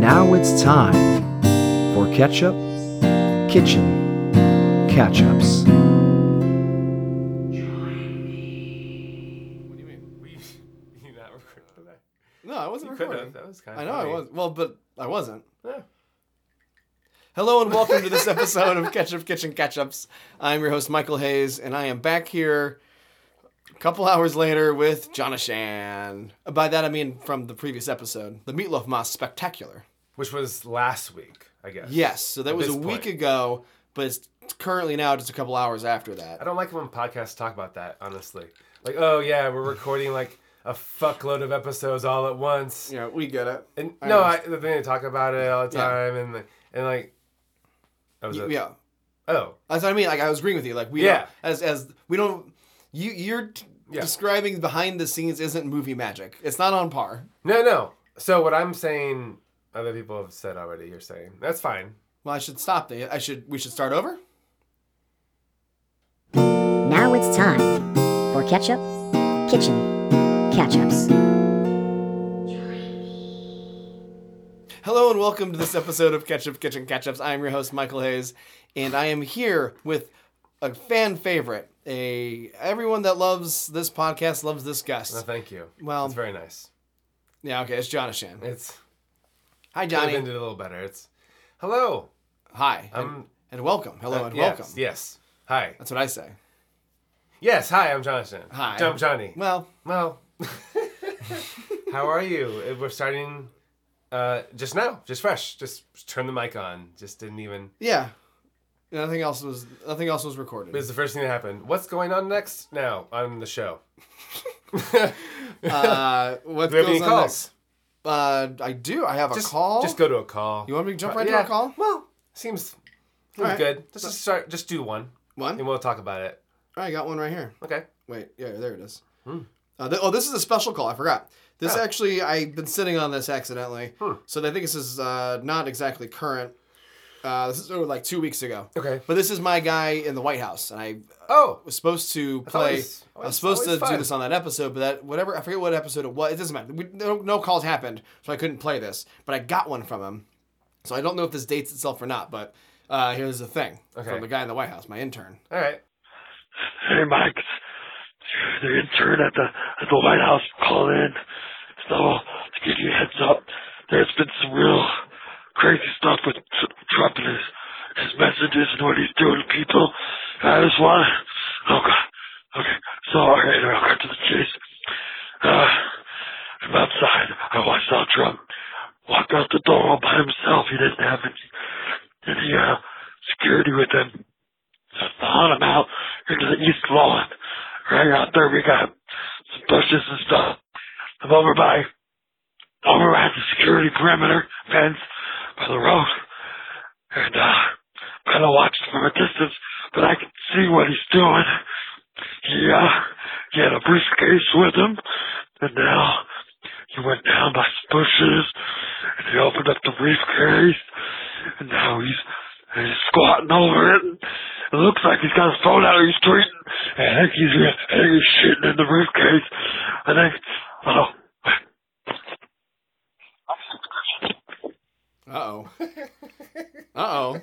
Now it's time for ketchup, kitchen, catch ups. What do you mean? We you not recording today? No, I wasn't You could recording. have. That was kind I of. know I was. Well, but I wasn't. Yeah. Hello and welcome to this episode of Ketchup Kitchen Ketchups. I'm your host Michael Hayes, and I am back here a couple hours later with Jonashan. By that I mean from the previous episode, the Meatloaf Moss Spectacular. Which was last week, I guess. Yes, so that At was a this week point. ago, but it's currently now just a couple hours after I that. don't like when podcasts talk about that. Honestly, like, oh yeah, we're recording like a fuckload of episodes all at once. Yeah, we get it. And I no, I, understand. they talk about it all the Yeah. time, and like, and like, that was it. Yeah, Oh, That's what I mean. Like I was agreeing with you. Like we Yeah. don't, as as we don't you you're t- Yeah. describing behind the scenes isn't movie magic. It's not on par. no, no. So what I'm saying, other people have said already. You're saying that's fine. Well, I should stop. The, I should we should start over. Now it's time for ketchup, kitchen, catch-ups. Hello and welcome to this episode of Ketchup Kitchen Ketchups. I am your host Michael Hayes, and I am here with a fan favorite. A everyone that loves this podcast loves this No, guest. thank you. Well- it's very nice. Yeah, okay, it's Jonathan. It's Hi, Johnny. Johnny. did a little better. It's hello. Hi, and, I'm Uh, and welcome. Hello and yes, welcome. Yes. Hi. That's what I say. Yes. Hi. I'm Jonathan. Hi. I'm Johnny. Well, Well, how are you? Uh, We're starting uh, just now, just fresh. Just turned the mic on. Just didn't even. yeah. Nothing else was nothing else was recorded. This is the first thing that happened. What's going on next now on the show? Uh, what Do we have goes any on calls? next? Uh, I do. I have Just a call. Just go to a call. You want me to jump Pro- right to yeah. a call? Well, seems, seems Alright. good. Let's just start. Just do one, One. and we'll talk about it. Oh, I got one right here. Okay. Wait, yeah, there it is. Uh, th- oh, this is a special call. I forgot. This Hmm. Oh. Hmm. actually, I've been sitting on this accidentally, so I think this is uh, not exactly current. Uh, this is oh, like two weeks ago. Okay. But this is my guy in the White House, and I Oh, was supposed to That's play. always- I was always- supposed to always do fun. this on that episode, but that whatever I forget what episode it was. It doesn't matter. We, no, no calls happened, so I couldn't play this. But I got one from him, so I don't know if this dates itself or not. But uh, here's the thing Okay. from the guy in the White House, my intern. all right. Hey, Mike, it's the intern at the at the White House calling in. So to give you a heads up, there's been some real crazy stuff with Tr- Trump and his, his messages and what he's doing to people. And I just want, oh god, okay. So all right, I'll cut to the chase. Uh, I'm outside. I watched Donald Trump walk out the door all by himself. He didn't have any any uh, security with him. So I followed him out into the east lawn. Right out there we got some bushes and stuff. I'm over by over at the security perimeter fence by the road. And uh kinda watched from a distance, but I could see what he's doing. He uh he had a briefcase with him and now he went down by some bushes and he opened up the briefcase and now he's and he's squatting over it. It looks like he's got his phone out. He's tweeting. And I think he's, I think he's shitting in the briefcase. I think, oh, Uh oh. uh oh.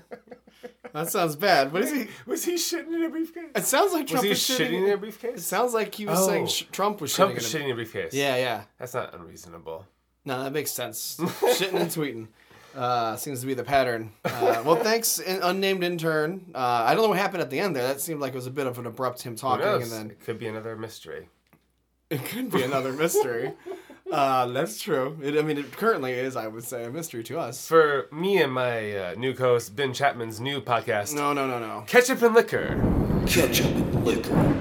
That sounds bad. What is he? Was he shitting in a briefcase? It sounds like Was Trump he was shitting, in a briefcase? It sounds like he was Oh. saying sh- Trump was Trump shitting. is in a- shitting in a briefcase. Yeah, yeah. That's not unreasonable. No, that makes sense. Shitting and tweeting uh, seems to be the pattern. Uh, well, thanks, in, unnamed intern. Uh, I don't know what happened at the end there. That seemed like it was a bit of an abrupt him Who talking, knows? and then It could be another mystery. it could be another mystery. Uh, that's true. It, I mean, it currently is, I would say, a mystery to us. For me and my uh, new co-host Ben Chapman's new podcast, No, no, no, no. Ketchup and Liquor. Ketchup and liquor.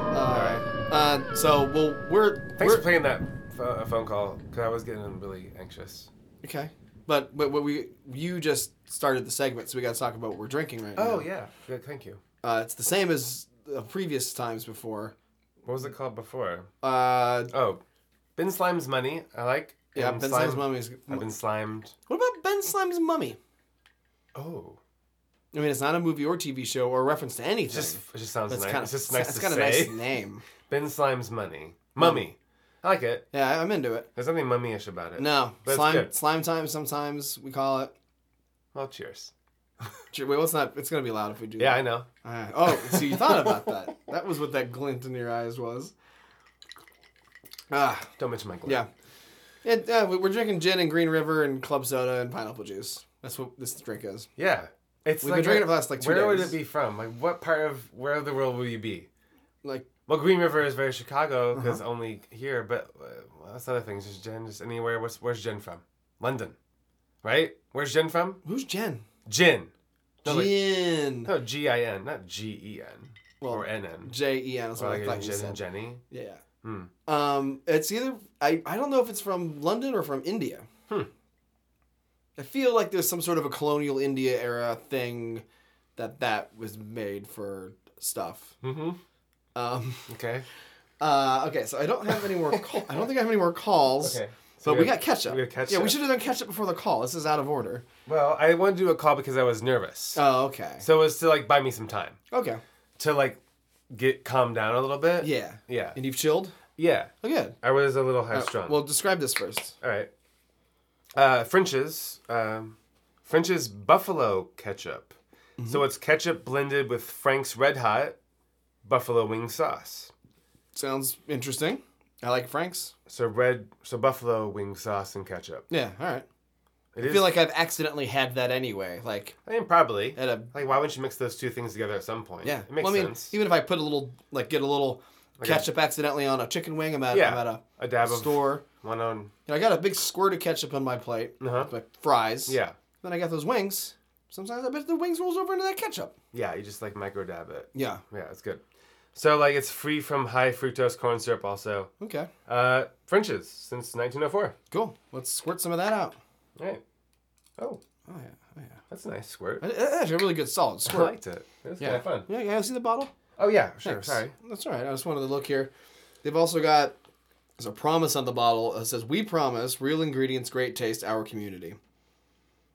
Uh, so, well, we're Thanks we're for playing that pho- uh, phone call because I was getting really anxious. okay, but but what we you just started the segment, so we got to talk about what we're drinking right now. Oh yeah, good. Thank you. Uh, it's the same as uh, previous times before. What was it called before? Uh, Oh, Ben Slime's money. I like. yeah, and Ben Slime- Slime's mummy's. I've been slimed. What about Ben Slime's mummy? Oh, I mean, it's not a movie or TV show or a reference to anything. just it just sounds That's nice. kind of it's just nice that's to kind say. of nice name. Ben Slime's money. Mummy. I like it. Yeah, I'm into it. There's nothing mummy-ish about it. Mm. No, But it's slime good. slime time. Sometimes we call it. Well, cheers. Gee, Wait, what's not? It's gonna be loud if we do. Yeah, I That. know. Uh, oh, so you thought about that? That was what that glint in your eyes was. Ah, Don't mention my glass. yeah. It, uh, we- we're drinking gin and Green River and club soda and pineapple juice. That's what this drink is. Yeah. It's We've like been a- drinking it for the last, like, two Where would days. it be from? Like what part of where of the world will you be? Like, Well, Green River is very Chicago Uh-huh. because only here, but uh, well, that's the other thing. It's just Jen, just anywhere. What's, where's Jen from? London, right? Where's Jen from? who's Jen? Gin. No, wait. Gin. No, G I N, not G E N Well, or N N. J E N is Or what like I thought you Jen and said. Jenny. Yeah. Hmm. Um, it's either I, I don't know if it's from London or from India. Hmm. I feel like there's some sort of a colonial India era thing that that was made for stuff. Mm-hmm. Um, Okay. uh, okay, so I don't have any more. Call- I don't think I have any more calls. Okay. but we, got catch catch up. up. We got catch Yeah, we up. should have done catch up before the call. This is out of order. Well, I wanted to do a call because I was nervous. Oh, okay. so it was to like buy me some time Okay. to like get calm down a little bit. Yeah. Yeah. And you've chilled. Yeah. Oh, good. I was a little Uh, high strung. well, describe this first. All right. Uh, French's, um, French's buffalo ketchup. Mm-hmm. So it's ketchup blended with Frank's Red Hot buffalo wing sauce. Sounds interesting. I like Frank's. So red, so buffalo wing sauce and ketchup. Yeah. All right. It is. I feel like I've accidentally had that anyway. Like I mean, probably. at a Like, why wouldn't you mix those two things together at some point? yeah. it makes well, I mean, sense. even if I put a little like get a little ketchup accidentally on a chicken wing, I'm at, Yeah. I'm at a dab a store. of one on. And I got a big squirt of ketchup on my plate, Uh-huh. with my fries. Yeah, Then I got those wings. Sometimes I bet the wings rolls over into that ketchup. yeah. You just like micro dab it. Yeah. Yeah, it's good. So like, it's free from high fructose corn syrup. Also, Okay. uh, French's since 1904. Cool. Let's squirt some of that out. All right. Oh, Oh yeah. Oh yeah. that's a nice squirt. That- That's actually a really good solid I squirt. liked it. It was kind Yeah. of fun. Yeah. Yeah. See the bottle. Oh yeah, sure. Thanks. Sorry. That's all right. I just wanted to look here. They've also got there's a promise on the bottle. It says, "We promise real ingredients, great taste, our community."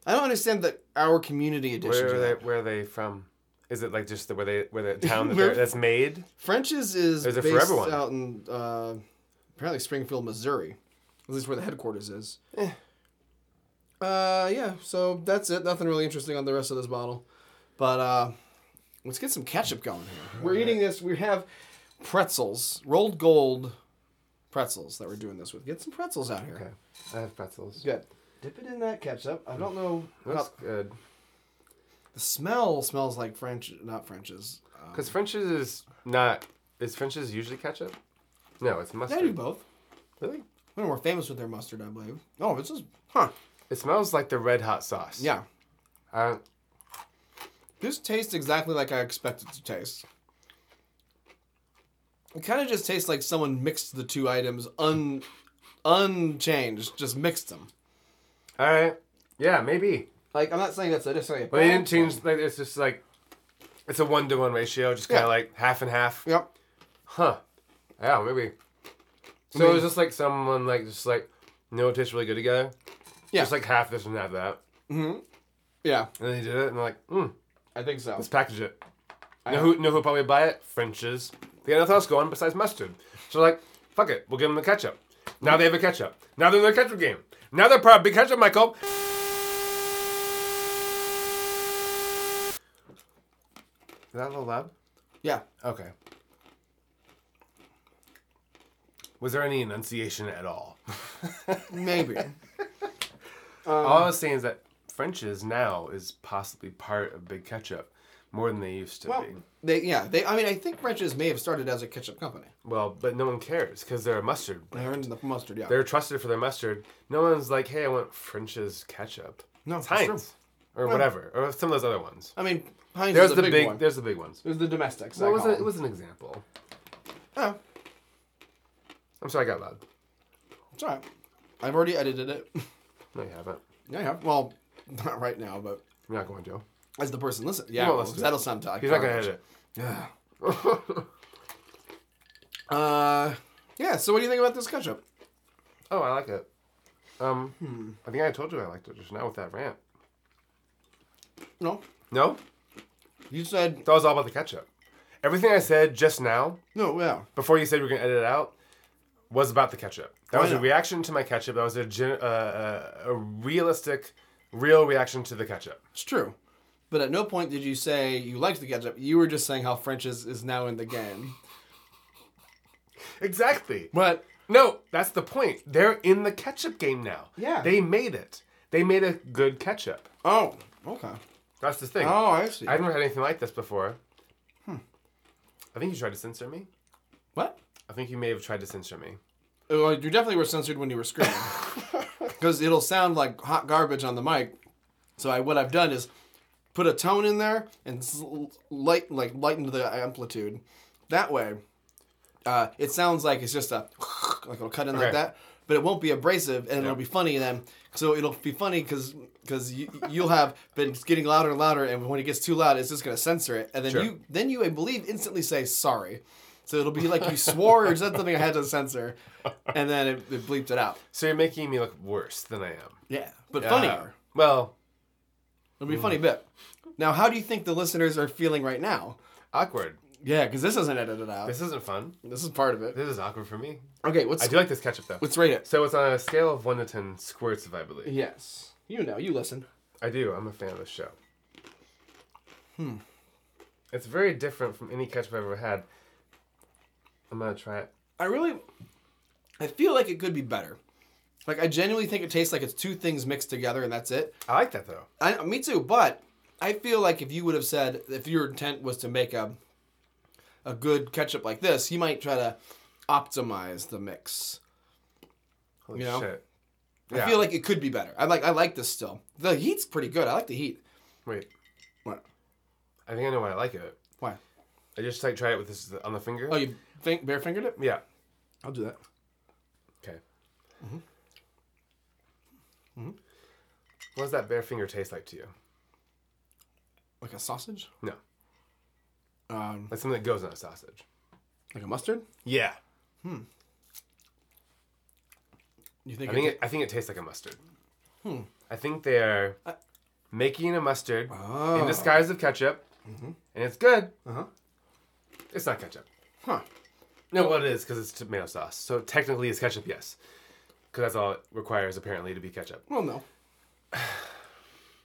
I don't understand the our community edition. Where to are they? that. Where are they from? Is it like just the where they where the town that Where- they're- that's made? French's is There's a based forever one. out in uh, apparently Springfield, Missouri. At least where the headquarters is. Uh, yeah. So that's it. Nothing really interesting on the rest of this bottle, but uh, let's get some ketchup going here. We're eating this. We have pretzels, rolled gold pretzels that we're doing this with. Get some pretzels out here. Okay. I have pretzels. Good. Dip it in that ketchup. I don't know. That's how- good. the smell smells like French, not French's. Um, Because French's is not. Is French's usually ketchup? No, it's they do mustard. both. Really? They're more famous with their mustard, I believe. Oh, this is huh? It smells like the red hot sauce. Yeah. Uh, This tastes exactly like I expected to taste. It kind of just tastes like someone mixed the two items un unchanged, just mixed them. all right. Yeah, maybe. Like I'm not saying that's necessarily a But they didn't change. Like, it's just like it's a one to one ratio, just kind of Yeah. like half and half. Yep. Huh. Yeah, maybe. So it was just like someone like just like no, it tastes really good together. Yeah. Just like half this and half that, Yeah, and then they did it, and they're like, mm, I think so. let's package it. know who know who probably buy it? French's. They got nothing else going besides mustard. So like, fuck it, we'll give them the ketchup. Now they have a ketchup. Now they're in the ketchup game. Now they're probably ketchup, Michael. Is that a little loud? Yeah. Okay. Was there any enunciation at all? Maybe. Uh, all I was saying is that French's now is possibly part of Big Ketchup more than they used to well, be. they yeah, they I mean I think French's may have started as a ketchup company. Well, but no one cares because they're a mustard. They earned the mustard, yeah. They're trusted for their mustard. No one's like, hey, I want French's ketchup. No, it's for sure. Heinz or whatever, or some of those other ones. I mean, Heinz There's is the big, big, one. there's the big ones. There's the domestics. Well, I it was, call a, it them. was an example. Oh, I'm sorry, I got loud. it's all right. I've already edited it. No, you haven't. yeah, yeah. Well, not right now, but You're not going to. As the person listen, yeah, won't well, listen to that'll sound like He's not going to edit Yeah. it. Uh, yeah. So, what do you think about this ketchup? oh, I like it. Um, I think I told you I liked it just now with that rant. No, No, you said that was all about the ketchup. Everything I said just now, no. Yeah, before you said we were going to edit it out, was about the ketchup. That was a not? reaction to my ketchup. That was a, gen- uh, a, a realistic, real reaction to the ketchup. It's true. But at no point did you say you liked the ketchup. You were just saying how French's is now in the game. Exactly. But No, that's the point. They're in the ketchup game now. Yeah. They made it. They made a good ketchup. oh, okay. That's the thing. Oh, I see. I've never had anything like this before. Hmm. I think you tried to censor me. what? Uh, I think you may have tried to censor me. Well, you definitely were censored when you were screaming because it'll sound like hot garbage on the mic. So I, what I've done is put a tone in there and s- light like lighten the amplitude. That way, uh, it sounds like it's just a like it'll cut in Okay. like that, but it won't be abrasive and it'll be funny then. So it'll be funny because because you, you'll have been getting louder and louder, and when it gets too loud, it's just gonna censor it, and then Sure. you then you I believe instantly say sorry. So it'll be like you swore or said something I had to censor, and then it, it bleeped it out. So you're making me look worse than I am. Yeah, Mm. but Uh, funnier. well, It'll be a funny bit. Now, how do you think the listeners are feeling right now? awkward. Yeah, because this isn't edited out. This, This isn't fun. is part of it. This is awkward for me. Okay, what's I do like this ketchup though. what's rate it? So it's on a scale of one to ten squirts, if I believe. Yes, you know, you listen. I do. I'm a fan of the show. Hmm. Hmm. It's very different from any ketchup I've ever had. I'm gonna try it. I really, I feel like it could be better. Like I genuinely think it tastes like it's two things mixed together, and that's it. I like that though. I, me too, but I feel like if you would have said if your intent was to make a a good ketchup like this, you might try to optimize the mix. Holy You know? shit. I feel like it could be better. I like I like this still. The heat's pretty good. I like the heat. Wait. What? I think I know why I like it. Why? I just like try it with this on the finger. Oh, you think bare fingered it? Yeah. I'll do that. Okay. Mm-hmm. What does that bare finger taste like to you? Like a sausage? No, Um, like something that goes on a sausage. like a mustard? Yeah. You think? I think it, I think it tastes like a mustard. Hmm. I think they're making a mustard in Oh. disguise of ketchup, and it's good. Uh-huh. It's not ketchup. Huh. No, well, it is because it's tomato sauce. So technically, it's ketchup, yes, because that's all it requires apparently to be ketchup. Well, no.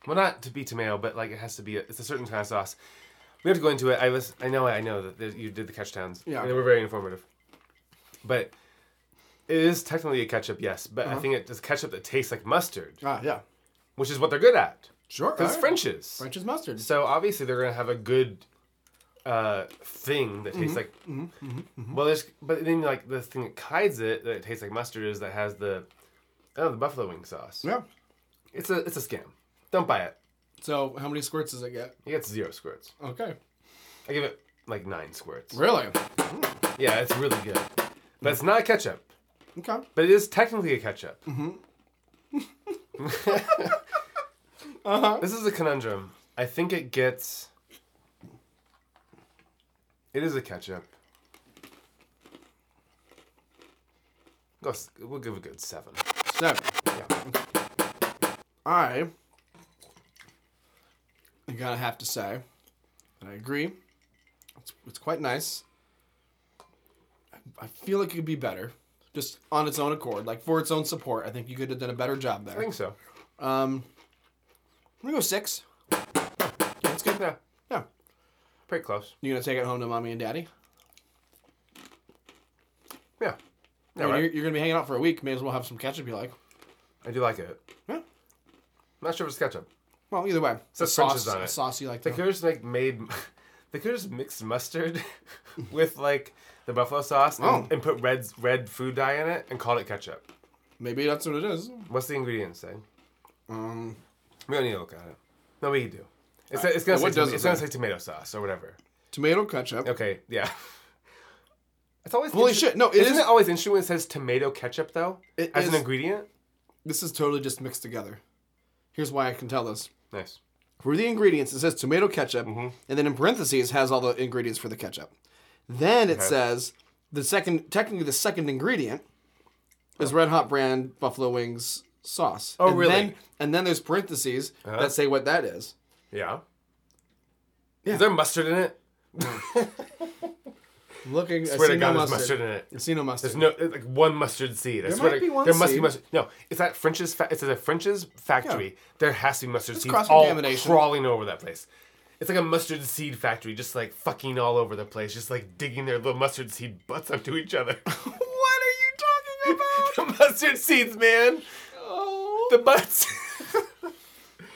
Well, not to be tomato, but like it has to be. A, it's a certain kind of sauce. We have to go into it. I listen, I know. I know that there- you did the catch downs. Yeah. And they were very informative. But it is technically a ketchup, yes. But Uh-huh. I think it is ketchup that tastes like mustard, Ah, yeah. which is what they're good at. Sure. Because alright. French's. French is mustard. So obviously they're gonna have a good uh, thing that Mm-hmm. tastes like. Well, there's but then like the thing that hides it that it tastes like mustard is that has the oh the buffalo wing sauce. Yeah. It's a it's a scam. Don't buy it. So how many squirts does it get? It gets zero squirts. Okay. I give it like nine squirts. Really? Yeah, it's really good. But it's not ketchup. Okay. But it is technically a ketchup. Mm-hmm. This is a conundrum. I think it gets. It is a ketchup. Go s- We'll give it a good seven. Seven. Yeah. I I gotta have to say that I agree. It's, it's quite nice. I, I feel like it could be better, just on its own accord, like for its own support. I think you could have done a better job I there. think so. Um, I'm gonna go six. That's good. Yeah, Yeah. pretty close. You gonna take it home to mommy and daddy? Yeah. I Yeah, mean, right. you're, you're gonna be hanging out for a week. May as well have some ketchup you like. I do like it. Yeah. not sure if it's ketchup. Well, either way, So a French is sauce, on a it. sauce you like. They to- could have just like made. They could have just mixed mustard with like the buffalo sauce and, Oh. and put red red food dye in it and called it ketchup. Maybe that's what it is. What's the ingredients say? Um, We don't need to look at it. No, we do. It's, it's gonna Well, Uh, what say tom- does it it's gonna say? say tomato sauce or whatever. tomato ketchup. Okay, yeah. It's always Holy inter- shit, no, it isn't is- it always interesting when it says tomato ketchup though It as is- an ingredient? This is totally just mixed together. Here's why I can tell this. Nice. For the ingredients, it says tomato ketchup, Mm-hmm. and then in parentheses has all the ingredients for the ketchup. Then it says the second, technically the second ingredient is Red Hot Brand Buffalo Wings sauce. Oh, and really? Uh-huh. Then, and then there's parentheses that say what that is. Yeah. Is there mustard in it? Looking, I Swear see to God, no there's mustard mustard. in it. I see no mustard. There's no it's like one mustard seed. I There swear might to- be one There must be seed. mustard. No, it's at French's. Fa- it's at a French's factory. There has to be mustard seeds all cross-contamination. crawling over that place. It's like a mustard seed factory, just like fucking all over the place, just like digging their little mustard seed butts onto each other. What are you talking the about? mustard seeds, man. Oh, The butts. the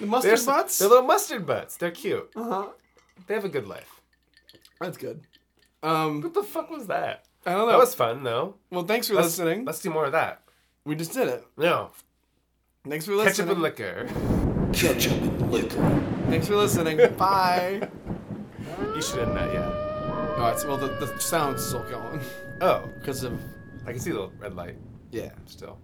they're, mustard s- butts. They're little mustard butts. They're cute. Uh-huh. They have a good life. That's good. Um, What the fuck was that? I don't know. That was fun, though. well, thanks for Let's- listening. Let's do more of that. we just did it. No. Thanks for Ketchup listening. and liquor. Ketchup and liquor. Thanks for listening. Bye. You should end that, yeah. No, it's well the, the sound's still going Oh, because of I can see the little red light yeah. still.